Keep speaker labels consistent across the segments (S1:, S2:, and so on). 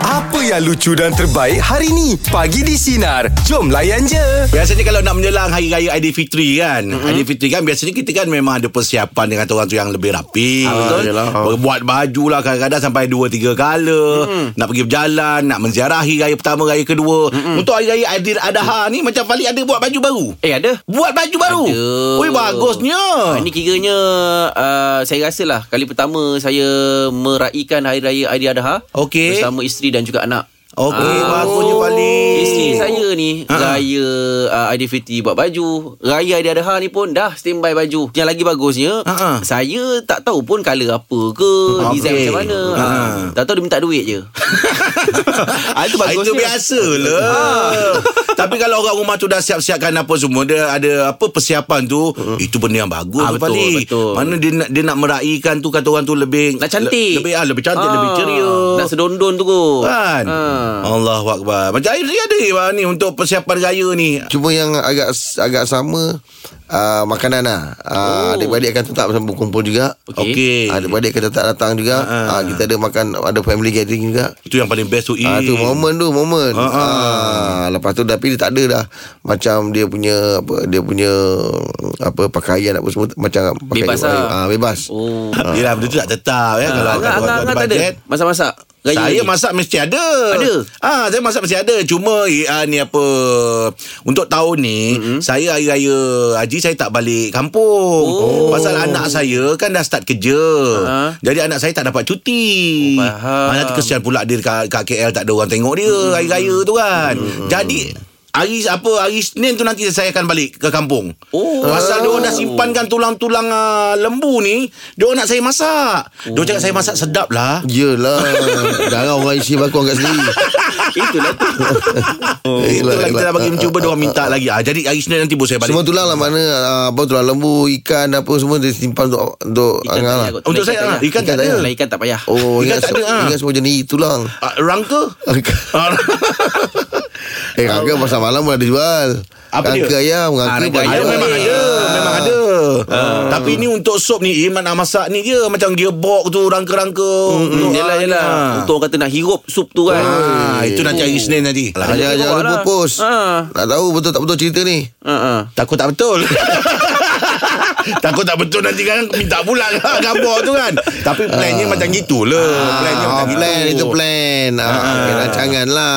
S1: Apa yang lucu dan terbaik hari ni? Pagi di Sinar. Jom layan je.
S2: Biasanya kalau nak menjelang Hari Raya Aidilfitri kan mm-hmm. Aidilfitri kan Biasanya kita kan memang ada persiapan Dengan orang tu yang lebih rapi ah, Betul
S3: yelah.
S2: Buat baju lah Kadang-kadang sampai 2-3 kala mm-hmm. Nak pergi berjalan Nak menziarahi Raya pertama Raya kedua mm-hmm. Untuk Hari Raya Aidil Adha ni Macam Falik ada buat baju baru
S3: Eh ada
S2: Buat baju baru
S3: Ada.
S2: Ui bagusnya
S3: Ha, ini kiranya uh, saya rasa lah kali pertama saya meraihkan Hari Raya Aidiladha
S2: Okey. Eh,
S3: bersama isteri dan juga anak.
S2: Okey
S3: Ah.
S2: bagusnya Falik
S3: Isteri saya ni
S2: Ha.
S3: Raya uh, Aidilfitri buat baju Raya Aidiladha ni pun dah standby baju Yang lagi bagusnya
S2: Ha, ha.
S3: Saya tak tahu pun colour apa ke
S2: Ah,
S3: Design
S2: Okey.
S3: macam mana
S2: Ha.
S3: ha. Tak tahu dia minta duit je
S2: Ah, itu bagus. Itu biasa lah.
S3: Ah.
S2: Tapi kalau orang rumah tu dah siap-siapkan apa semua dia ada apa persiapan tu itu benda yang bagus
S3: Ah,
S2: tu,
S3: betul,
S2: Fali.
S3: betul.
S2: Mana dia nak dia nak meraihkan tu kata orang tu lebih
S3: Nak cantik
S2: le, lebih ah lebih cantik, lebih ceria.
S3: Nak sedondon tu kot
S2: Kan?
S3: Ha.
S2: Allahu akbar. Macam air dia ada Iman, ni untuk persiapan raya ni.
S4: Cuma yang agak agak sama uh, makanan lah. Uh, oh. Adik-beradik akan tetap berkumpul juga.
S3: Okey.
S2: Okey.
S4: Adik-beradik akan tetap datang juga. Uh. Uh, kita ada makan ada family gathering juga.
S2: Itu yang paling best tu. eh.
S4: Ah tu momen tu momen.
S2: Ah,
S4: Ah,
S2: ah.
S4: lepas tu tapi dia tak ada dah macam dia punya apa dia punya apa pakaian apa semua macam pakaian
S3: Bebas lah.
S4: ah bebas.
S3: Oh
S2: Yalah benda tu tak tetap ya kalau
S3: Angah,
S2: kata
S3: Angah,
S2: orang
S3: Angah
S2: ada
S3: tak ada
S2: bajet.
S3: Masak-masak Raya
S2: Saya
S3: ni.
S2: masak mesti ada.
S3: Ada?
S2: Ah, saya masak mesti ada. Cuma uh, ni apa untuk tahun ni mm-hmm. saya hari raya haji saya tak balik kampung.
S3: Oh.
S2: Pasal anak saya kan dah start kerja.
S3: Ha.
S2: Jadi anak saya tak dapat cuti.
S3: Oh, faham.
S2: Ah, nanti kesian pula dia kat, kat KL tak ada orang tengok dia mm-hmm. hari raya tu kan. Mm-hmm. Jadi Hari apa hari Senin tu nanti saya akan balik ke kampung.
S3: Oh.
S2: Pasal dia orang dah simpankan tulang-tulang uh, lembu ni, dia orang nak saya masak. Oh. Dia orang cakap saya masak sedap lah.
S4: Yelah Jangan orang isi bakar kat sendiri Eh,
S3: Itulah tu
S2: Oh,
S4: Yelah,
S2: kita
S4: yelah.
S2: dah bagi mencuba Diorang minta lagi ah, Jadi hari Senin nanti Bos saya balik
S4: Semua tulang lah mana ah, Apa tulang lembu Ikan apa semua Dia simpan untuk Untuk
S3: Ikan
S4: Angah
S3: tak
S4: lah
S3: payah kot.
S2: Untuk saya,
S3: tak
S2: ah,
S3: payah.
S2: ikan tak ada.
S3: Kalau ikan tak payah
S4: Oh
S2: Ikan
S4: ingat,
S2: tak ada, ah.
S4: ingat semua jenis tulang
S2: Ah, Rangka Ah,
S4: Eh rangka pasal malam pun ada jual
S2: Apa dia? Ha,
S4: Rangka ayam
S3: Ah,
S4: Rangka
S3: rangka
S4: ayam
S2: Ayam
S3: Ayam
S2: memang ada Memang ada Ah. Tapi ni untuk sop ni Iman nak masak ni je Macam gearbox tu Rangka-rangka Untuk-
S3: Hmm, Yelah yelah
S2: ah.
S3: Untuk orang kata nak hirup sup tu kan
S2: Ah, Itu nanti hari Senin nanti
S3: Ada
S4: Jangan,
S3: dia
S4: jangan
S3: bawa
S4: lupa
S3: lah.
S4: post
S3: Ah.
S2: Ha.
S4: Nak tahu betul tak betul cerita ni
S3: Ha, ha.
S2: Takut tak betul Takut tak betul nanti kan Minta pula lah gambar tu kan Tapi plannya macam gitulah Plannya
S4: Ah,
S2: macam gitu Ha.
S4: Plan itu plan ah, okay, Rancangan lah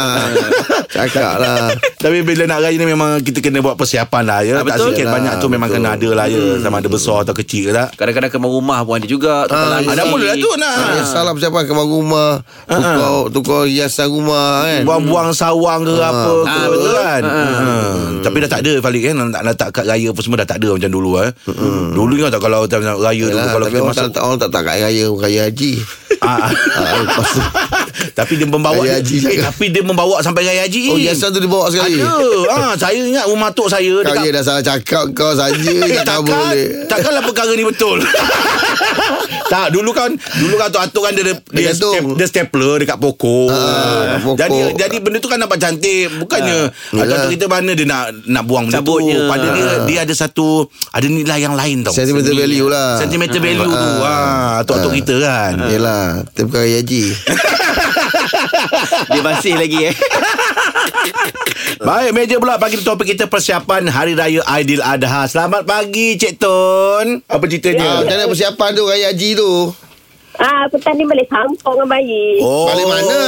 S4: Cakap lah
S2: Tapi bila nak raya ni memang kita kena buat persiapan lah ya.
S3: Ah,
S2: tak
S3: betul.
S2: sikit
S4: Yalah,
S2: banyak tu memang
S4: betul.
S2: kena ada lah ya. Sama ada besar atau kecil ke tak.
S3: Kadang-kadang kemar rumah pun ada juga
S4: Ah,
S2: Ada pun lah tu nak.
S4: Ah. Salah persiapan kemar rumah
S2: Ha.
S4: Tukar, tukar hiasan rumah kan
S2: Buang-buang sawang ke apa ke
S3: Ah, betul.
S2: kan. Hmm. Tapi dah tak ada Falik kan. Nak letak kat raya apa semua dah tak ada macam dulu eh. Dulu ingat tak kalau time raya dulu
S4: Yalah,
S2: kalau
S4: lah, tapi
S2: kita
S4: orang
S2: masuk.
S4: tak, orang tak tak kat raya Raya haji
S2: Ah, ah.
S4: Ah, lepas tu-
S2: Tapi dia membawa
S4: Raya haji
S2: eh,
S4: cakap.
S2: Tapi dia membawa sampai Raya Haji
S4: Oh hiasan tu dibawa sekali
S2: Ada ah, Saya ingat rumah tok saya
S4: Kau je
S2: dekat
S4: dah salah cakap kau saja
S2: Eh,
S4: Tak kau boleh
S2: takkan Takkanlah perkara ni betul Tak dulu kan Dulu kan atuk-atuk kan Dia, dia, dia,
S4: gantung.
S2: stap, dia stapler dekat pokok
S4: Ah, pokok. Ah.
S2: Jadi jadi benda tu kan nampak cantik Bukannya Atuk-atuk
S4: Yalah. Ah.
S2: kita mana dia nak Nak buang benda
S3: Cabutnya.
S2: tu Padahal dia, dia ada satu Ada nilai yang lain tau
S4: Sentimental
S2: Seni.
S4: value lah. Ah.
S2: Sentimental value tu ha, Atuk-atuk kita kan
S3: Ah,
S4: Yelah Tapi bukan raya haji
S3: Dia masih lagi eh
S2: Baik meja pula Pagi tu topik kita Persiapan Hari Raya Aidil Adha Selamat pagi Cik Tun Apa
S4: Ah,
S2: ceritanya?
S3: Ya,
S4: Macam mana persiapan tu Raya haji tu
S5: Ah, petang ni balik kampung dengan bayi. Oh.
S4: Balik mana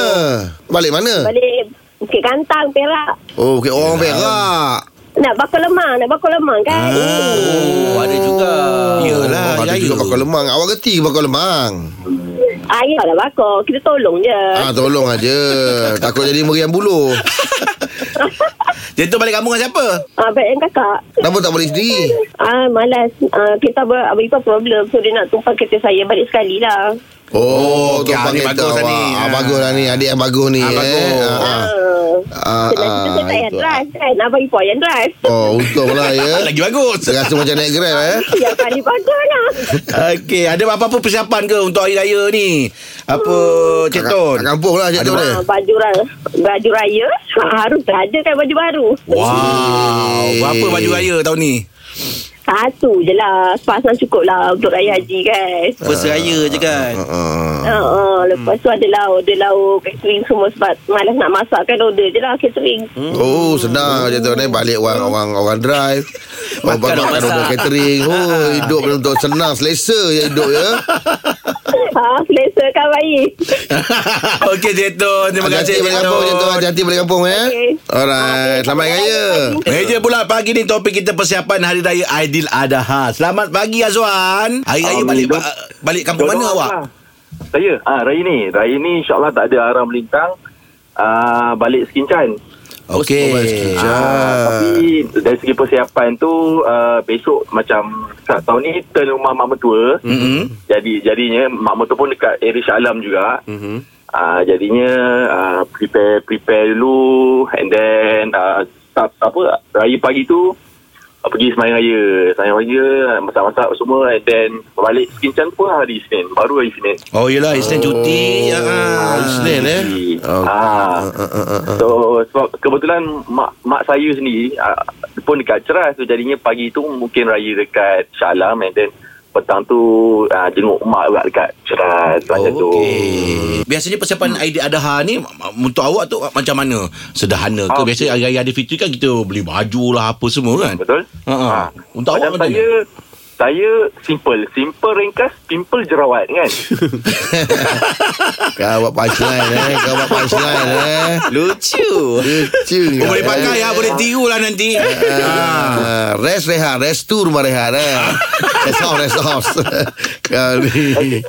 S4: Balik mana
S5: Balik Bukit Kantang, Perak.
S4: Oh okay, orang perak
S5: Nak bakar lemang, nak bakar lemang kan? Ah,
S3: Oh ada juga
S2: Yelah,
S4: oh, Ada
S2: raya.
S4: juga bakar lemang Awak kerti ke bakar lemang
S5: ah ya lah bakar. Kita tolong je.
S4: Ah, Tolong aja Takut jadi meriam bulu
S2: Cik Tun balik kampung dengan siapa?
S5: Ah, baik yang kakak.
S4: Kenapa tak boleh sendiri
S5: Ah, malas. Ah, kita ber, abang ipar problem. So, dia nak tumpang kereta saya balik sekali lah.
S4: Oh,
S2: Oh, okey,
S4: tu
S2: ah, ni
S4: pakai tu
S2: bagus lah
S4: awak.
S2: ni.
S4: Ah,
S2: Ah.
S4: bagus lah ni. Adik yang bagus ni.
S2: Ah,
S4: eh.
S2: bagus.
S4: Ah, ah.
S5: Ah.
S4: Ah,
S5: Sebab kita
S4: ah,
S5: saya tak payah
S4: itu.
S5: drive kan. Abang ipar yang drive.
S4: Oh, untung lah
S3: Eh,
S4: ya.
S2: Lagi bagus
S4: Terasa macam naik grab eh.
S5: yang paling bagus lah.
S2: Okey, ada apa-apa persiapan ke untuk hari raya ni? Apa Cik Tun?
S4: Kat kampung lah macam tu dia.
S5: Ah, baju, ra- baju raya. Ah, harus dah ada kan baju baru.
S2: Wow, berapa baju raya tahun ni?
S5: Satu je lah. Sepasang cukup lah untuk raya haji kan.
S3: First raya je kan
S4: Uh,
S5: Uh, uh, lepas tu ada lauk, ada lauk, catering semua sebab malas nak masak kan order je lah catering.
S4: Oh senang je tu ni balik orang orang orang drive
S3: Hmm. Makan,
S4: orang makan
S3: masak.
S4: orang catering oh hidup betul senang selesa je hidup ya
S5: ha, selesa kan baik.
S3: Okey Cik Tun Terima kasih
S4: hati
S3: Cik
S4: balik kampung je tu
S3: Tun
S4: hati balik kampung eh
S5: Okey.
S4: alright selamat hari raya
S2: Meja pula pagi ni topik kita persiapan Hari Raya Aidil Adha. Selamat pagi Azwan. Hari Raya balik ba- balik kampung mana
S6: Jodoh
S2: awak?
S6: lah. Saya ah raya ni, raya ni insya-Allah tak ada arah melintang. Ah balik Sekincan. Oh,
S2: Okey.
S6: Ah, tapi dari segi persiapan tu ah, besok macam tak- tahun ni turn rumah mak mertua. Mm-hmm. Jadi jadinya mak mertua pun dekat area Shah Alam juga. Mm-hmm. Ah jadinya ah, prepare prepare dulu and then ah, start apa raya pagi tu ah, pergi semayang raya semayang raya masak-masak semua and then balik Sekincan pun lah hari Senin baru hari Senin
S2: Oh yelah Isnin cuti.
S3: Oh.
S6: Ah,
S2: Ah.
S4: Isnin, eh?
S6: Ah. So sebab kebetulan mak mak saya sendiri ah, pun dekat Ceras tu jadinya pagi tu mungkin raya dekat Shah Alam and then petang tu ah, jenguk mak juga dekat Ceras oh, macam tu.
S2: Okey. Biasanya persiapan Aidil Adha ni m- untuk awak tu macam mana? Sederhana ke?
S6: Ah,
S2: Biasanya hari Raya Aidilfitri kan kita beli baju lah apa semua kan?
S6: Betul?
S2: Ha, ha. Untuk awak
S6: Macam
S2: macam
S6: saya
S2: mana?
S6: saya simple, simple ringkas, simple jerawat kan.
S4: kau buat punchline eh kau buat punchline eh
S3: Lucu
S4: lucu
S2: Oh, boleh pakai ya, boleh tiru lah nanti.
S4: Ah, rest rehat Rest tu rumah rehat eh. Rest house Rest house Kau ni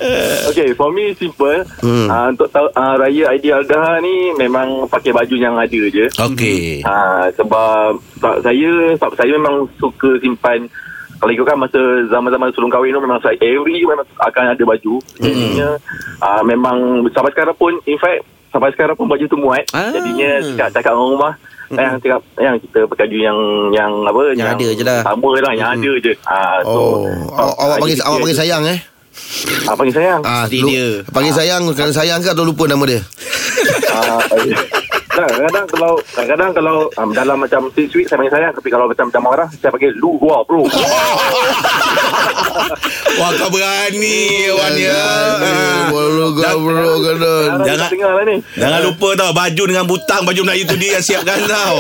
S6: Okay, for me simple. Hmm. Uh, untuk ta- uh, raya Aidil Adha ni memang pakai baju yang ada je.
S2: Okey.
S6: Ha, sebab, sebab saya sebab saya memang suka simpan kalau ikutkan masa zaman-zaman sebelum kahwin tu memang saya every year memang akan ada baju. Jadinya uh, memang sampai sekarang pun in fact sampai sekarang pun baju tu muat.
S3: Ah.
S6: Jadinya cakap cakap orang rumah yang cakap yang kita pakai baju yang yang apa
S3: Yang ada je lah.
S6: Sama lah yang ada je. Ha, so
S4: Oh
S6: ah,
S4: aw- Awak
S6: jadi
S4: panggil
S6: dia
S4: Awak panggil
S6: tu-
S4: sayang eh
S6: Ah, panggil sayang.
S4: Ah,
S3: Isteri
S4: lu-
S3: dia.
S4: Panggil sayang Kerana sayang ke Atau lupa nama dia
S6: Ah, eh. Tak, kadang-kadang kalau kadang-kadang kalau um, dalam macam sweet-sweet saya panggil sayang tapi kalau macam macam marah saya panggil lu gua bro.
S2: Wah, kau berani Wan ya. Ah.
S4: Bulu
S2: Dah-
S4: bulu kena.
S6: Jangan dengar lah ni.
S2: Jangan lupa tau Baju dengan butang Baju Melayu tu dia yang siapkan tau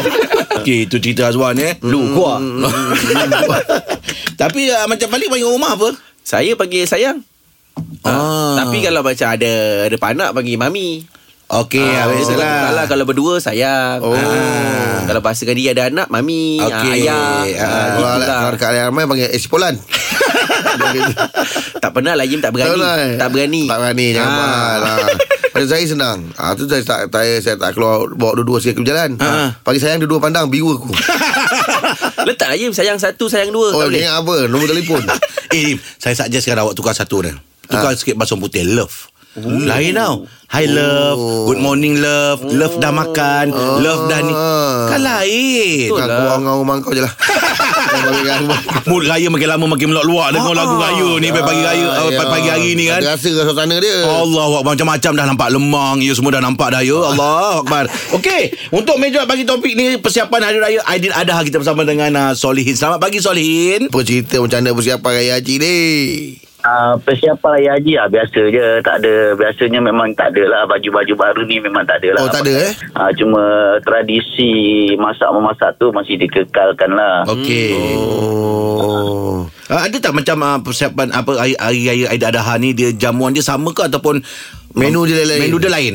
S2: Okey itu cerita Azwan eh Lu gua Tapi uh, macam balik panggil rumah apa?
S3: Saya panggil sayang ah. Tapi kalau macam ada Ada panak panggil mami
S2: Okey ah,
S3: Kalau- kalau-
S2: Biasalah
S3: lah Kalau berdua sayang
S4: Oh.
S3: ah. Kalau pasangan dia ada anak Mami
S2: Okey.
S3: ah, Ayah ah,
S4: Ah, Kalau
S3: gitulah.
S4: kalau kat Alian Ramai panggil "Eh, Espolan.
S3: Tak pernah lah Jim tak berani Tak berani
S4: Tak berani jangan
S3: Ah.
S4: buat. Ah. Macam saya senang. Ah tu saya tak saya, saya tak keluar bawa dua-dua sekali ke jalan.
S3: Ah.
S4: Pagi sayang dua-dua pandang biru aku.
S3: Letak lah Jim Sayang satu sayang dua
S4: Oh,
S3: Tak boleh
S4: ingat apa? Nombor telefon.
S2: Eh Lim Saya suggest sekarang awak tukar satu ni
S4: Ha.
S2: Tukar sikit basung putih Love
S4: Oh.
S2: Ooh. Lain tau Hi love Good morning love Love dah makan
S4: Ah.
S2: Love dah ni Kan lain
S4: Kau keluar dengan rumah kau je lah. Kau balik kat rumah.
S2: Mood raya makin lama makin meluak-luak Dengar lagu raya ni Pagi raya eh,
S4: Ah, ya.
S2: Pagi hari ni kan
S4: Tak Terasa ke suasana dia.
S2: Allah Akbar Macam-macam dah nampak lemang Ya semua dah nampak dah ya Allah Akbar Okey Untuk meja bagi topik ni Persiapan Hari Raya Aidil Adha Kita bersama dengan uh, Solihin Selamat pagi Solihin
S4: Apa cerita macam mana persiapan Raya Haji ni?
S7: Uh, persiapan raya haji lah biasa je tak ada biasanya memang tak ada lah baju-baju baru ni memang tak ada lah
S4: Oh, tak ada eh?
S7: uh, cuma tradisi masak memasak tu masih dikekalkan lah
S2: Okey
S4: Hmm. Oh.
S2: uh, Ada tak macam uh, persiapan apa Hari, Hari Raya Aidil Adha ni Dia jamuan dia sama ke Ataupun
S4: Menu dia lain-lain.
S2: Menu dia lain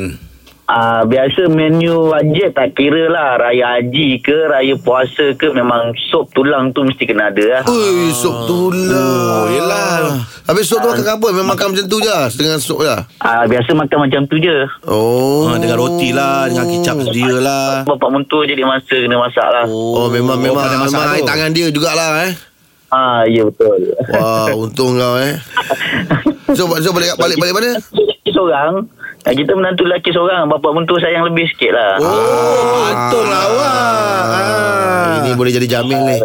S7: uh, biasa menu wajib tak kira lah raya haji ke raya puasa ke memang sop tulang tu mesti kena ada lah
S4: Ui, sup tu lah. Oh, yelah. Habis sup tu makan apa? Memang makan macam tu je? Dengan sup je? lah.
S7: uh, biasa makan macam tu je
S4: Oh.
S2: uh, Dengan roti lah Dengan kicap sedia lah
S7: bapak mentua jadi masa kena masak lah oh.
S4: Oh, memang memang
S2: pandai
S4: memang
S2: masak
S4: air
S2: tu.
S4: tangan dia jugalah eh.
S7: uh, ya betul
S4: Wah, untung kau eh. So, so balik balik balik mana?
S7: seorang Ah, Kita menantu lelaki seorang Bapa mentua sayang lebih sikit lah
S2: Oh, mantul lah awak.
S4: Ah, Ini boleh jadi Jamil ni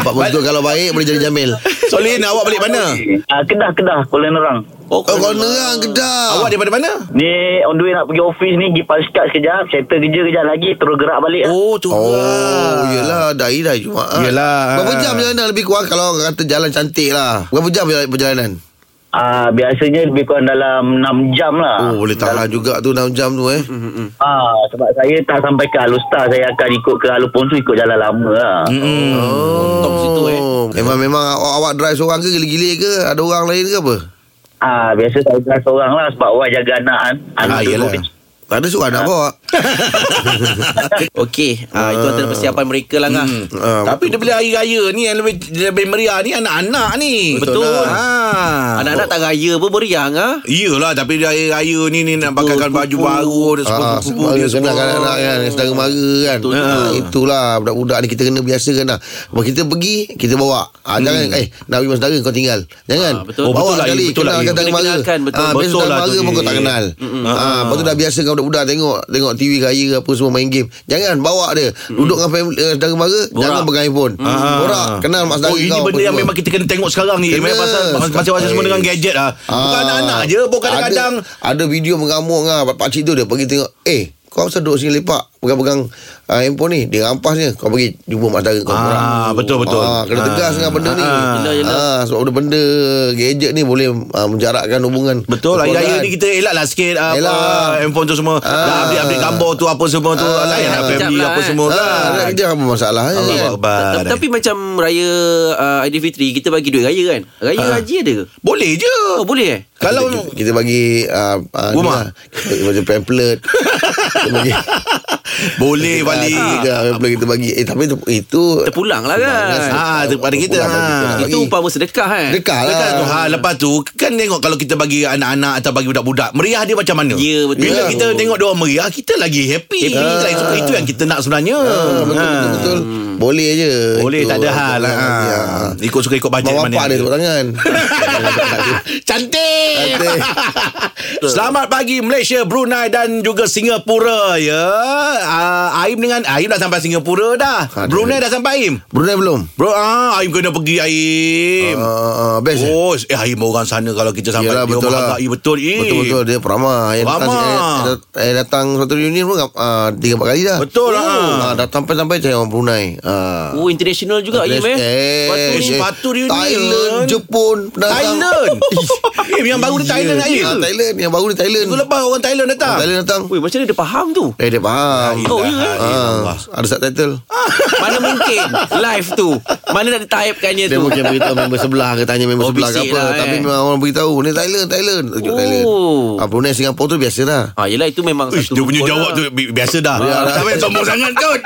S4: Abang Mentua kalau baik Boleh jadi Jamil
S2: Solin, awak balik mana?
S7: ah, Kedah-kedah Kuala Nerang
S3: Oh,
S4: Oh kau nerang Kedah
S2: Awak daripada mana?
S7: Ni on the way nak pergi office ni Pergi paskat sekejap Settle kerja kejap lagi Terus gerak balik lah
S2: Oh, tu.
S4: Oh Yelah Dari dah Jumaat
S2: Yelah.
S4: Berapa jam perjalanan Lebih kurang Kalau kata jalan cantik lah Berapa jam perjalanan
S7: ah, Biasanya lebih kurang dalam 6 jam lah
S4: Oh boleh tahan juga tu 6 jam tu eh
S7: ah, Sebab saya tak sampai ke Alustar Saya akan ikut ke Aluponsu Ikut jalan lama lah
S2: Hmm.
S4: Oh
S3: Top situ, eh.
S4: Memang memang awak, awak drive seorang ke Gila-gila ke Ada orang lain ke apa
S7: ah, Biasa saya jalan seorang lah Sebab awak jaga anak kan Anak
S2: Ah,
S7: dulu
S2: yelah.
S7: kecil.
S4: Tak ada surat nak bawa
S3: Okey, ah, itu antara persiapan mereka lah ngah.
S2: Hmm.
S4: Ah,
S2: Tapi dia beli hari raya ni yang lebih lebih meriah ni anak-anak ni.
S3: Betul.
S2: Ha.
S3: Anak-anak tak raya pun beriang ah.
S2: Iyalah tapi dia hari raya ni ni nak pakaikan baju
S3: kupu.
S2: baru ada semua
S4: Ah,
S2: kupu-kupu
S4: semua
S2: dia
S4: dia
S2: semua.
S4: senang kan anak kan Sedara mara kan
S3: Betul,
S4: Ah,
S3: betul.
S4: Itulah Budak-budak ni kita kena biasa kan lah Kalau kita pergi Kita bawa ah, Jangan eh Nak pergi dengan saudara kau tinggal Jangan
S3: Ah, betul. Oh,
S4: Bawa
S2: Hmm. betul lah,
S4: sekali
S2: ya, betul lah, ya.
S4: Kenalkan sedara
S3: Kena
S4: mara
S3: kenalkan, betul.
S4: Ah, Biasa
S2: Betul
S4: sedara
S2: lah
S4: mara
S2: tu,
S4: pun kau
S2: Ji.
S4: tak kenal Ah, Lepas tu dah biasa dengan budak-budak Tengok tengok TV raya apa semua main game Jangan bawa dia Duduk dengan family, eh, sedara mara Jangan pegang handphone Borak Kenal mak
S2: Ah. Oh
S4: saudara
S2: ini
S4: kau
S2: benda
S4: apa
S2: yang
S4: semua.
S2: memang kita kena tengok sekarang ni
S4: Kena.
S2: Memang pasal Macam-macam semua dengan gadget lah Bukan
S4: Ah.
S2: anak-anak je Bukan kadang-kadang
S4: ada, ada video mengamuk dengan pak pakcik tu dia pergi tengok eh kau pasal duduk sini lepak pegang-pegang uh, handphone ni dia rampasnya kau pergi jumpa mak saudara kau
S2: Ah, betul-betul.
S4: ah, kena
S2: Ah.
S4: tegas dengan benda ni
S2: Ah.
S3: Yelah, yelah.
S4: Ah, sebab ada benda gadget ni boleh ah, menjarakkan hubungan kan.
S2: Betul lah
S4: Keluargaan.
S2: Raya ni kita elak lah sikit apa,
S4: Elak.
S2: Handphone tu semua Dah update-update gambar tu Apa semua tu
S4: Ah.
S2: Lain lah
S3: Sekejap
S2: family
S3: lah,
S2: Apa
S3: eh.
S2: semua
S4: ah, nak
S2: kan
S4: kerja apa masalah eh?
S2: Allah
S3: Ta-
S2: Akbar
S3: Tapi macam raya uh, Aidilfitri kita bagi duit raya kan. Raya haji ada ke?
S2: Boleh je
S3: Oh, boleh eh?
S2: Kalau
S4: kita, kita bagi ah, ah, ni
S2: Rumah.
S4: lah. kita bagi pamphlet kita bagi
S2: Boleh
S4: balik
S2: balik
S4: pamphlet kita bagi eh tapi tu- itu
S3: Terpulang lah kan.
S2: Ah, kepada kita, ah.
S4: Terpulang kan kita nak
S3: Itu
S4: bagi.
S3: umpama sedekah kan.
S4: Dekat lah
S2: Lepas tu, ha, lepas tu kan tengok kalau kita bagi anak-anak atau bagi budak-budak meriah dia macam mana?
S3: Ya, betul.
S2: Bila
S3: Ya.
S2: kita tengok dia orang meriah kita lagi happy.
S3: Happy.
S2: Kita lagi suka. itu yang kita nak sebenarnya.
S4: Ah. Betul,
S2: Ha.
S4: betul, betul. Boleh je
S2: Boleh tak ada hal. Ha. Ikut suka ikut bajet
S4: Mak
S2: mana.
S4: bapak Ya. dia
S2: yang
S4: tepuk
S2: ada.
S4: tangan
S2: Cantik.
S4: Cantik.
S2: Selamat pagi Malaysia, Brunei dan juga Singapura ya. Ah, Aim dengan Aim dah sampai Singapura dah.
S4: Ada.
S2: Brunei dah sampai Aim.
S4: Brunei belum
S2: Bro, ah, Aim kena pergi Aim.
S4: uh, Best eh?
S2: Oh, eh Aim orang sana kalau kita sampai
S4: Yelah,
S2: dia
S4: betul lah.
S2: menghargai betul. Eh, Im.
S4: Betul-betul Dia peramah Yang datang,
S2: Peramah.
S4: saya, saya eh, datang Suatu reunion pun uh, Tiga empat kali dah
S2: Betul lah.
S4: Ah, Datang sampai-sampai Saya orang Brunei Ah.
S3: Oh, international juga Im eh. Sepatu ni
S2: eh. sepatu reunion.
S4: Thailand Jepun pendatang.
S2: Thailand. Im yang baru ni
S4: Ya.
S2: Thailand Aim.
S4: Ah, Thailand Yang baru ni Thailand
S2: Tu lepas orang Thailand datang.
S4: Thailand datang
S3: Weh, macam mana dia faham tu?
S4: Eh dia faham
S3: Oh, ya, eh?
S4: Ah, Ada subtitle
S3: Mana mungkin live tu? Mana nak ditypekannya
S4: Dia
S3: tu?
S4: mungkin beritahu member sebelah ke tanya member
S3: Oh,
S4: sebelah ke
S3: bising
S4: apa
S3: lah, eh.
S4: tapi memang orang beritahu ni Thailand Thailand tunjuk
S3: Oh.
S4: Thailand. Ah Brunei Singapura tu biasa dah.
S3: Ah, yelah itu memang
S2: Uish, dia punya
S3: rukun
S2: jawab
S3: lah.
S2: tu bi- biasa dah. Tak payah sombong sangat kot.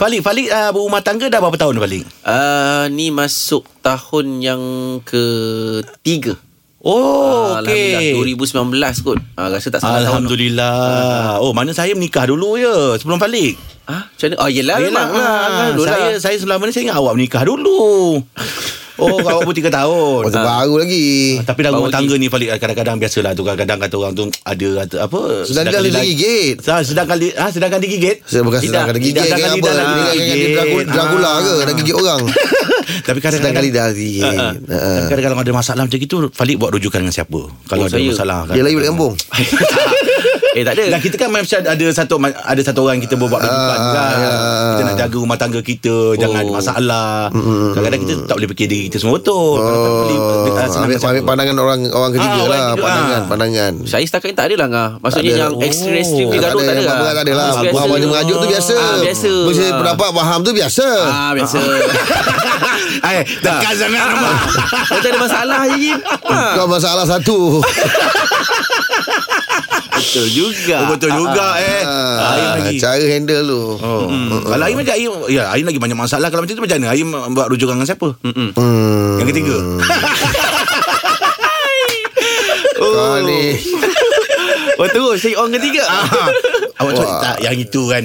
S2: Falik, Falik uh, berumah tangga dah berapa tahun Falik?
S3: Ah, ni masuk tahun yang ketiga.
S2: Oh,
S3: Ah,
S2: okey.
S3: Alhamdulillah 2019 kot. Ah, rasa tak salah tahun.
S2: Alhamdulillah. Oh, mana saya menikah dulu ya sebelum Falik.
S3: Ah, macam mana? Ah, yelah,
S2: Yelah,
S3: memang lah.
S2: ah,
S3: Alhamdulillah.
S2: saya saya selama ni saya ingat awak menikah dulu. Oh, awak pun 3 tahun.
S4: Masa
S2: Ah.
S4: baru lagi.
S2: Ah, Tapi dalam
S3: Baru
S2: rumah tangga ni Falik kadang-kadang biasalah tu kadang-kadang kata orang tu ada kata apa
S4: Sedangkan dia digigit.
S2: Ah, sedangkan li, ah sedangkan digigit.
S4: Saya bukan sedang kena gigit
S2: Sedangkan
S4: ke apa. kan
S2: lidah lagi
S4: Dia
S2: digigit.
S4: dia Dracula- Dracula ke nak gigit orang.
S2: Tapi kadang-kadang
S4: Sedang kali dah gigit.
S2: Ah, ah.
S4: Ah.
S2: Tapi kadang-kadang kalau ada masalah macam itu Falik buat rujukan dengan siapa Kalau
S3: Oh,
S2: ada
S3: saya.
S2: masalah kan.
S4: Dia lagi balik kampung.
S3: Eh, tak ada.
S2: Dan kita kan macam ada satu ada satu orang kita buat rujukan
S4: Ah,
S2: kan.
S4: ah.
S2: Kita nak jaga rumah tangga kita,
S4: Oh.
S2: jangan masalah. Kadang-kadang kita tak boleh fikir diri kita semua tu.
S4: Oh, ambil, ambil pandangan orang orang ketiga
S2: Ah, orang
S4: lah
S2: ketiga.
S4: pandangan
S2: Ah.
S4: pandangan.
S3: Saya setakat ni tak ada lah Ngah. Maksudnya
S4: Tak ada.
S3: yang ekstrim-ekstrim oh.
S4: Tak
S3: gaduh tak
S4: ada
S3: ada
S4: yang
S3: lah.
S4: apa-apa tak ada lah.
S3: Biasa.
S4: Abang mengajuk tu biasa.
S3: Ah, biasa.
S4: Bersih
S3: Ah.
S4: pendapat faham tu biasa.
S3: Ah, biasa.
S2: Eh, tekan sangat nama.
S3: Macam ada masalah je Im. Ah,
S4: Kau masalah satu.
S3: Betul juga.
S2: Oh, betul juga eh. Aim
S4: Ah,
S2: lagi.
S4: Cara handle tu. Hmm.
S2: Oh. Mm. Kalau Aim macam Aim ya Aim lagi banyak masalah kalau macam tu macam mana? Aim buat rujukan dengan siapa? Mm-mm.
S4: Hmm.
S2: Yang ketiga.
S4: Kau ni
S3: Oh, terus. Saya on ketiga.
S2: Awak cakap tak yang itu kan.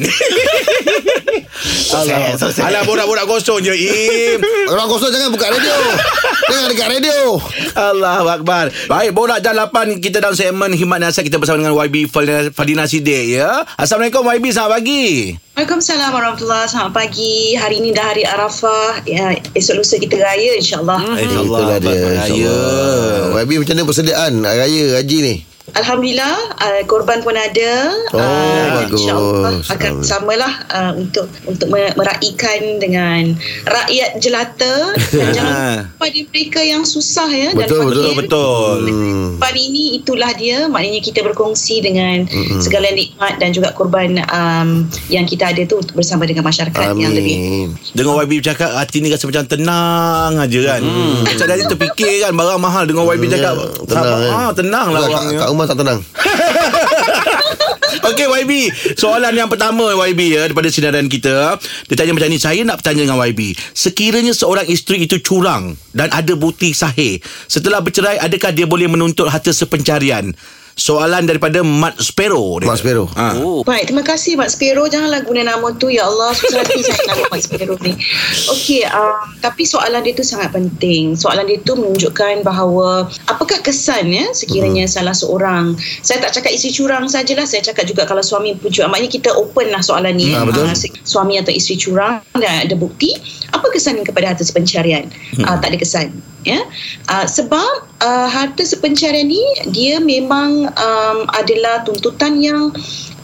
S2: Alah, Alah borak-borak kosong je Im
S4: Kalau kosong jangan buka radio Jangan dekat radio
S2: Allahu Akbar Baik Borak Jam 8 Kita dalam segmen Himat Nasihat Kita bersama dengan YB Fadina- Fadina Sidik ya Assalamualaikum YB Selamat pagi
S8: Waalaikumsalam warahmatullahi Selamat pagi Hari ini dah hari Arafah ya, Esok lusa kita raya insyaAllah hmm.
S2: InsyaAllah
S4: Itulah dia
S2: Raya.
S4: InsyaAllah YB macam mana persediaan Raya Haji ni
S8: Alhamdulillah uh, Korban pun ada
S4: Oh,
S8: Ah,
S4: bagus.
S8: InsyaAllah Akan
S4: Bagus. Hmm.
S8: samalah uh, Untuk untuk me- meraikan dengan Rakyat jelata Dan jangan lupa pada mereka yang susah ya
S4: Betul,
S8: Dan
S4: betul,
S8: fakir.
S2: Betul
S8: Korban ini itulah dia maknanya kita berkongsi dengan mm-hmm. segala nikmat dan juga korban um, yang kita ada tu untuk bersama dengan masyarakat yang lebih
S4: Amin
S2: Dengan YB bercakap Hati ni rasa macam tenang aja kan hmm. Macam tadi terfikir kan Barang mahal Dengan YB cakap
S4: Hmm, Tenang
S2: sama-
S4: kan?
S2: ah, Tenang lah
S4: Kat-
S2: orangnya
S4: Kat rumah tak tenang
S2: Okey YB Soalan yang pertama YB ya Daripada sinaran kita Dia tanya macam ni Saya nak bertanya dengan YB Sekiranya seorang isteri itu curang Dan ada bukti sahih Setelah bercerai Adakah dia boleh menuntut harta sepencarian Soalan daripada Mat Spero dia.
S4: Mak Spero
S2: ha.
S3: Oh.
S8: Baik, terima kasih Mat Spiro. Janganlah guna nama tu. Ya Allah, susah hati saya nama Mat Spiro ni. Okey, um, tapi soalan dia tu sangat penting. Soalan dia tu menunjukkan bahawa apakah kesan ya sekiranya salah seorang. Saya tak cakap isteri curang sajalah. Saya cakap juga kalau suami pun curang. Maknanya kita open lah soalan ni.
S4: Ah, betul.
S8: Ah, se- suami atau isteri curang dan ada bukti. Apa kesan kepada harta sepencarian?
S4: Hmm.
S8: Ah, tak ada kesan. Ya, Ah, sebab ah, harta sepencarian ni dia memang um, adalah tuntutan yang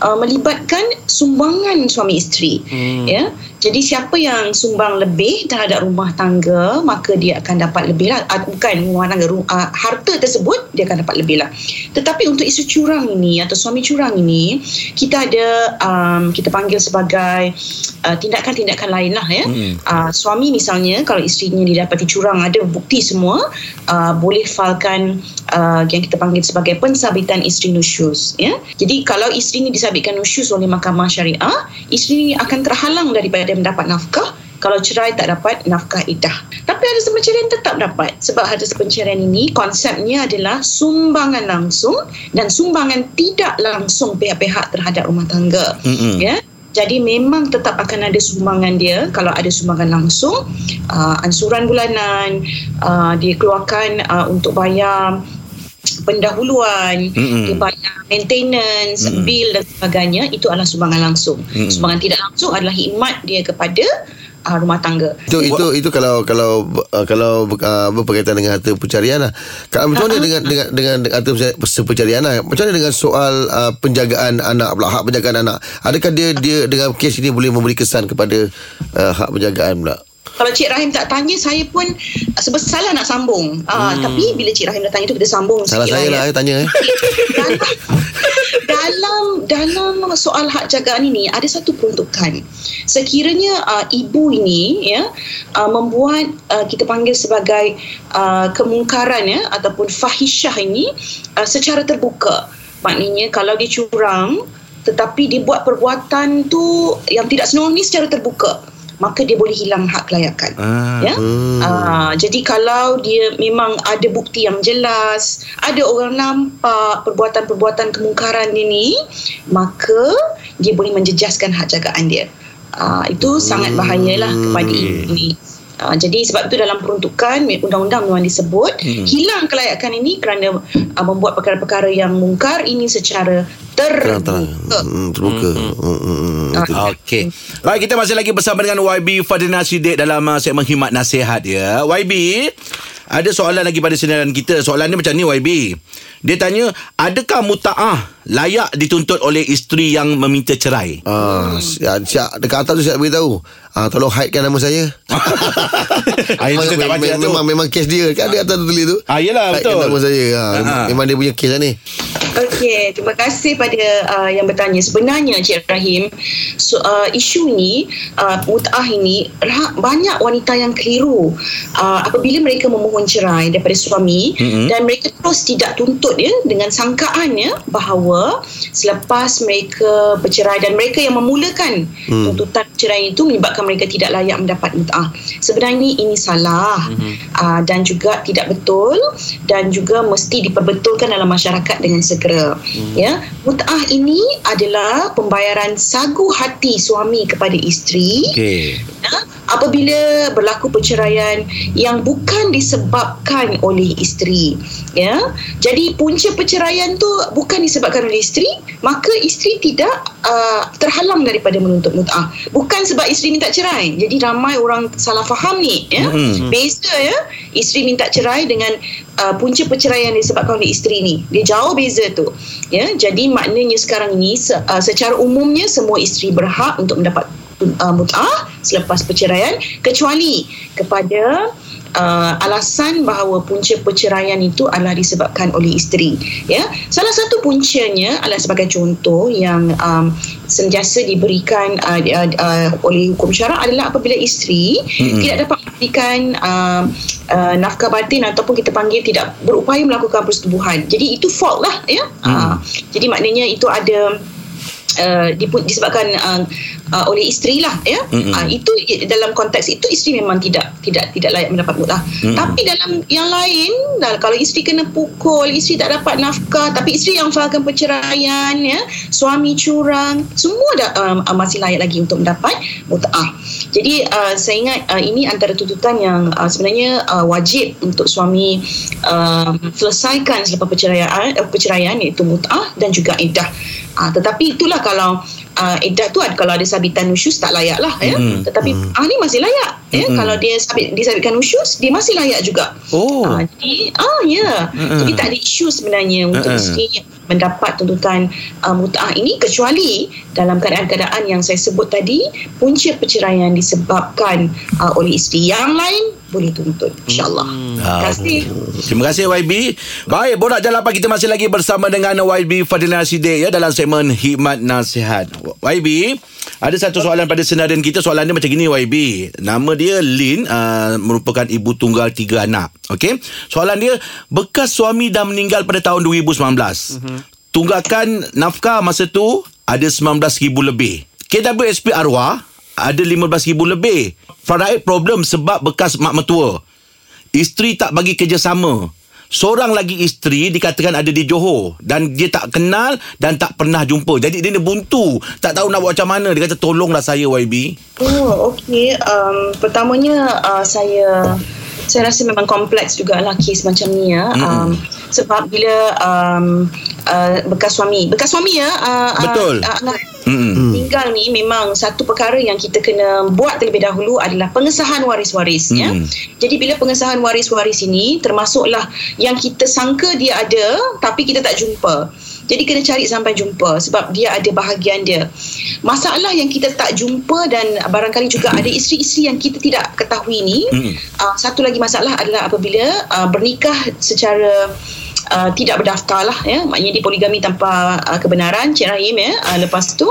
S8: uh, melibatkan sumbangan suami isteri hmm. ya jadi siapa yang sumbang lebih terhadap rumah tangga maka dia akan dapat lebih lah uh, bukan rumah tangga ru- uh, harta tersebut dia akan dapat lebih lah tetapi untuk isu curang ini atau suami curang ini kita ada um, kita panggil sebagai uh, tindakan-tindakan lain lah ya hmm. uh, suami misalnya kalau isterinya didapati curang ada bukti semua uh, boleh falkan uh, yang kita panggil sebagai pensabitan isteri nusyus ya jadi kalau isteri ini disabitkan nusyus oleh mahkamah syariah isteri ini akan terhalang daripada mendapat nafkah kalau cerai tak dapat nafkah iddah. Tapi harta sepencarian tetap dapat sebab harta sepencarian ini konsepnya adalah sumbangan langsung dan sumbangan tidak langsung pihak-pihak terhadap rumah tangga. Mm-hmm. Ya. Jadi memang tetap akan ada sumbangan dia kalau ada sumbangan langsung uh, ansuran bulanan uh, dia keluarkan uh, untuk bayar pendahuluan, mm-hmm. dia bayar maintenance, mm-hmm. bil dan sebagainya itu adalah sumbangan langsung. Mm-hmm. Sumbangan tidak langsung adalah khidmat dia kepada uh, rumah tangga.
S4: itu itu itu kalau kalau uh, kalau uh, berkaitan dengan harta pencarian lah. Kalau
S2: Ah,
S4: macam mana dengan dengan dengan harta penca- pencarian lah. Macam mana dengan soal uh, penjagaan anak pula hak penjagaan anak. Adakah dia dia dengan kes ini boleh memberi kesan kepada uh, hak penjagaan pula?
S8: Kalau Cik Rahim tak tanya saya pun uh, sebesalah nak sambung. Uh, hmm. tapi bila Cik Rahim dah tanya tu kita sambung
S4: Mm. Salah
S2: Ya,
S8: sikit
S4: saya lah saya tanya eh.
S8: dalam dalam dalam soal hak jagaan ini ada satu peruntukan. Sekiranya uh, ibu ini ya uh, membuat uh, kita panggil sebagai uh, kemungkaran ya ataupun fahisyah ini uh, secara terbuka. Maknanya kalau dia curang tetapi dia buat perbuatan tu yang tidak senonoh ni secara terbuka maka dia boleh hilang hak kelayakan. Ah, ya. Ah, jadi kalau dia memang ada bukti yang jelas, ada orang nampak perbuatan-perbuatan kemungkaran ini, maka dia boleh menjejaskan hak jagaan dia. Ah, itu sangat bahayalah kepada ibu ini. Ah, jadi sebab itu dalam peruntukan undang-undang memang disebut hmm. hilang kelayakan ini kerana ah, membuat perkara-perkara yang mungkar ini secara
S4: Terang-terang.
S8: terbuka.
S4: Hmm, terbuka. Hmm, hmm, hmm.
S2: Ah, Okey Baik kita masih lagi bersama dengan YB Fadina Sidik Dalam uh, segmen Himat Nasihat ya YB Ada soalan lagi pada sinaran kita Soalan dia macam ni YB Dia tanya Adakah muta'ah layak dituntut oleh isteri yang meminta cerai?
S4: Ah, siap, siap dekat atas tu siap beritahu. Ah, tolong hidekan nama saya.
S2: Ah, itu saya tak baca
S4: memang,
S2: tu.
S4: memang, memang kes dia Kan dia atas tu tulis tu
S2: Ah, yelah,
S4: Hidekan
S2: betul.
S4: nama saya ha,
S2: Ah.
S4: Memang dia punya kes lah ni
S8: Okey, terima kasih pada uh, yang bertanya. Sebenarnya Cik Rahim, so, uh, isu ni, uh, mut'ah ini, ra- banyak wanita yang keliru uh, apabila mereka memohon cerai daripada suami mm-hmm. dan mereka terus tidak tuntut ya dengan sangkaannya bahawa bahawa selepas mereka bercerai dan mereka yang memulakan hmm. tuntutan cerai itu menyebabkan mereka tidak layak mendapat mutah. Sebenarnya ini salah hmm. uh, dan juga tidak betul dan juga mesti diperbetulkan dalam masyarakat dengan segera. Hmm. Ya, mutah ini adalah pembayaran sagu hati suami kepada isteri.
S2: Okey.
S8: Ya, apabila berlaku perceraian yang bukan disebabkan oleh isteri ya jadi punca perceraian tu bukan disebabkan oleh isteri maka isteri tidak uh, terhalang daripada menuntut mutah bukan sebab isteri minta cerai jadi ramai orang salah faham ni ya mm-hmm. beza ya isteri minta cerai dengan uh, punca perceraian disebabkan oleh isteri ni dia jauh beza tu ya jadi maknanya sekarang ini se- uh, secara umumnya semua isteri berhak untuk mendapat uh, mut'ah selepas perceraian kecuali kepada uh, alasan bahawa punca perceraian itu adalah disebabkan oleh isteri ya salah satu puncanya adalah sebagai contoh yang um, sentiasa diberikan uh, uh, uh, oleh hukum syarak adalah apabila isteri mm-hmm. tidak dapat memberikan uh, uh, nafkah batin ataupun kita panggil tidak berupaya melakukan persetubuhan jadi itu fault lah ya mm. uh, jadi maknanya itu ada Uh, dipu- disebabkan uh, uh, oleh isteri lah ya mm-hmm. uh, itu i- dalam konteks itu isteri memang tidak tidak tidak layak mendapat mutlah mm-hmm. tapi dalam yang lain nah, kalau isteri kena pukul isteri tak dapat nafkah tapi isteri yang fahamkan perceraian ya suami curang semua dah um, uh, masih layak lagi untuk mendapat mutah jadi uh, saya ingat uh, ini antara tuntutan yang uh, sebenarnya uh, wajib untuk suami uh, selesaikan selepas perceraian uh, perceraian iaitu mutah dan juga iddah uh, tetapi itulah kalau uh, iddah tu ada, kalau ada sabitan nusyus tak layak lah ya. Mm. Tetapi mm. ah ni masih layak ya. Mm. Kalau dia sabit disabitkan nusyus dia masih layak juga.
S2: Oh.
S8: Ah, jadi ah ya. Mm-mm. Jadi tak ada isu sebenarnya untuk
S2: Mm-mm.
S8: isteri mendapat tuntutan uh, mutah ini kecuali dalam keadaan-keadaan yang saya sebut tadi punca perceraian disebabkan uh, oleh isteri yang lain boleh tuntut insyaallah. Mm. Terima kasih.
S2: Terima kasih YB. Baik, Borak Jalan Pagi kita masih lagi bersama dengan YB Fadila Sidek ya dalam segmen Hikmat Nasihat. YB, ada satu soalan pada senarian kita. Soalan dia macam gini YB. Nama dia Lin, uh, merupakan ibu tunggal tiga anak. Okey. Soalan dia, bekas suami dah meninggal pada tahun 2019. Mm-hmm. Tunggakan nafkah masa tu ada 19,000 lebih. KWSP arwah ada 15,000 lebih. Faraid problem sebab bekas mak mertua. Isteri tak bagi kerjasama. Seorang lagi isteri dikatakan ada di Johor dan dia tak kenal dan tak pernah jumpa. Jadi dia ni buntu, tak tahu nak buat macam mana. Dia kata tolonglah saya YB.
S8: Oh, okey. Um, pertamanya uh, saya saya rasa memang kompleks jugalah kes macam ni ya. Um, sebab bila um, uh, bekas suami, bekas suami ya. Uh, uh,
S2: Betul.
S8: Uh, uh, tinggal ni memang satu perkara yang kita kena buat terlebih dahulu adalah pengesahan waris-waris ya. Jadi bila pengesahan waris-waris ini termasuklah yang kita sangka dia ada tapi kita tak jumpa. Jadi kena cari sampai jumpa sebab dia ada bahagian dia. Masalah yang kita tak jumpa dan barangkali juga ada isteri-isteri yang kita tidak ketahui ni. Mm. Uh, satu lagi masalah adalah apabila uh, bernikah secara Uh, tidak berdaftar lah ya maknanya dia poligami tanpa uh, kebenaran Cik Rahim ya uh, lepas tu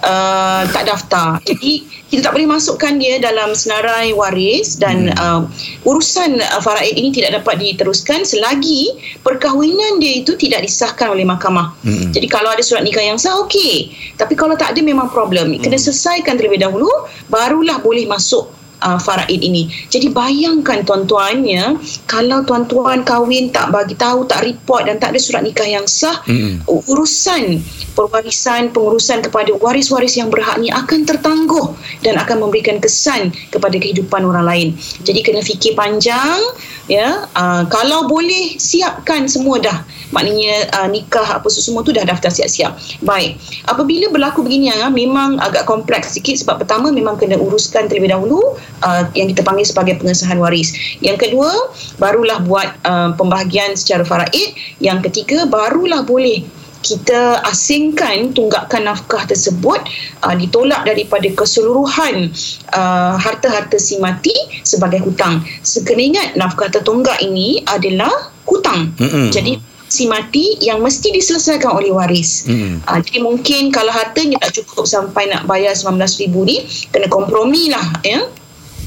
S8: uh, tak daftar jadi kita tak boleh masukkan dia dalam senarai waris dan uh, urusan uh, faraid ini tidak dapat diteruskan selagi perkahwinan dia itu tidak disahkan oleh mahkamah hmm. jadi kalau ada surat nikah yang sah okey tapi kalau tak ada memang problem kena selesaikan terlebih dahulu barulah boleh masuk uh, faraid ini. Jadi bayangkan tuan-tuan ya, kalau tuan-tuan kahwin tak bagi tahu, tak report dan tak ada surat nikah yang sah, mm-hmm. urusan pewarisan, pengurusan kepada waris-waris yang berhak ni akan tertangguh dan akan memberikan kesan kepada kehidupan orang lain. Jadi kena fikir panjang ya. Uh, kalau boleh siapkan semua dah. Maknanya uh, nikah apa semua tu dah daftar siap-siap. Baik. Apabila berlaku begini ya, memang agak kompleks sikit sebab pertama memang kena uruskan terlebih dahulu uh, yang kita panggil sebagai pengesahan waris. Yang kedua, barulah buat uh, pembahagian secara faraid. Yang ketiga, barulah boleh kita asingkan tunggakan nafkah tersebut uh, ditolak daripada keseluruhan uh, harta-harta si mati sebagai hutang. Sekena ingat nafkah tertonggak ini adalah hutang.
S2: Mm-mm.
S8: Jadi si mati yang mesti diselesaikan oleh waris. Hmm. Uh, jadi mungkin kalau hartanya tak cukup sampai nak bayar RM19,000 ni, kena kompromi lah ya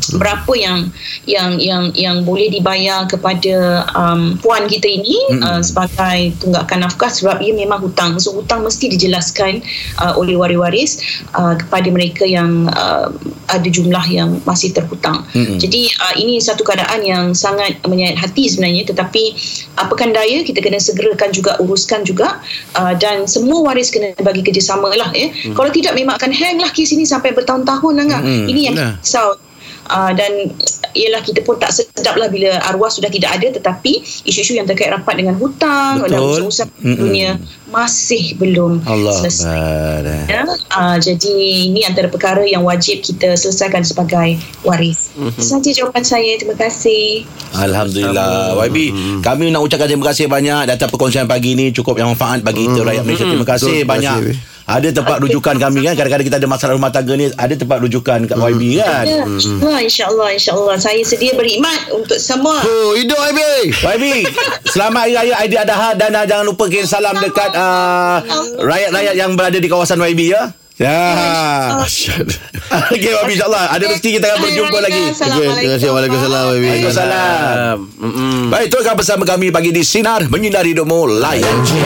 S8: berapa yang yang yang yang boleh dibayar kepada um, puan kita ini uh, sebagai tunggakan nafkah sebab ia memang hutang so hutang mesti dijelaskan uh, oleh waris-waris uh, kepada mereka yang uh, ada jumlah yang masih terhutang jadi uh, ini satu keadaan yang sangat menyayat hati sebenarnya tetapi apakan daya kita kena segerakan juga uruskan juga uh, dan semua waris kena bagi kerjasama lah ya kalau tidak memang akan hang lah kes ini sampai bertahun-tahun Angah
S2: Mm-mm.
S8: ini yang
S2: Yalah.
S8: risau Uh, dan ialah kita pun tak sedap lah bila arwah sudah tidak ada tetapi isu-isu yang terkait rapat dengan hutang
S2: Betul.
S8: dan usaha-usaha
S2: Mm-mm.
S8: dunia masih belum
S2: Allah
S8: selesai.
S2: Akbar.
S8: Ya, uh, jadi ini antara perkara yang wajib kita selesaikan sebagai waris. Mm-hmm. Saja jawapan saya. Terima kasih.
S2: Alhamdulillah YB Kami nak ucapkan terima kasih banyak Datang perkongsian pagi ni Cukup yang manfaat bagi kita rakyat Malaysia Terima kasih
S4: Hmm. Betul, terima
S2: banyak
S4: kasih,
S2: Ada tempat rujukan kami kan Kadang-kadang kita ada masalah rumah tangga ni Ada tempat rujukan kat YB
S4: Hmm.
S2: kan
S8: Ya, ah, insyaAllah, insyaAllah. Saya sedia berkhidmat untuk semua.
S4: Oh, hidup Aibi.
S2: YB Selamat Hari Raya Aidiladha Dan uh, jangan lupa kirim salam dekat uh, Rakyat-rakyat yang berada di kawasan YB ya Ya Okay YB insyaAllah Ada rezeki kita akan berjumpa
S8: Hari
S2: lagi
S8: Raya, Assalamualaikum.
S4: Terima kasih. Waalaikumsalam Aibi.
S2: Waalaikumsalam Baik teruskan bersama kami Pagi di Sinar Menyinari Hidupmu Layan je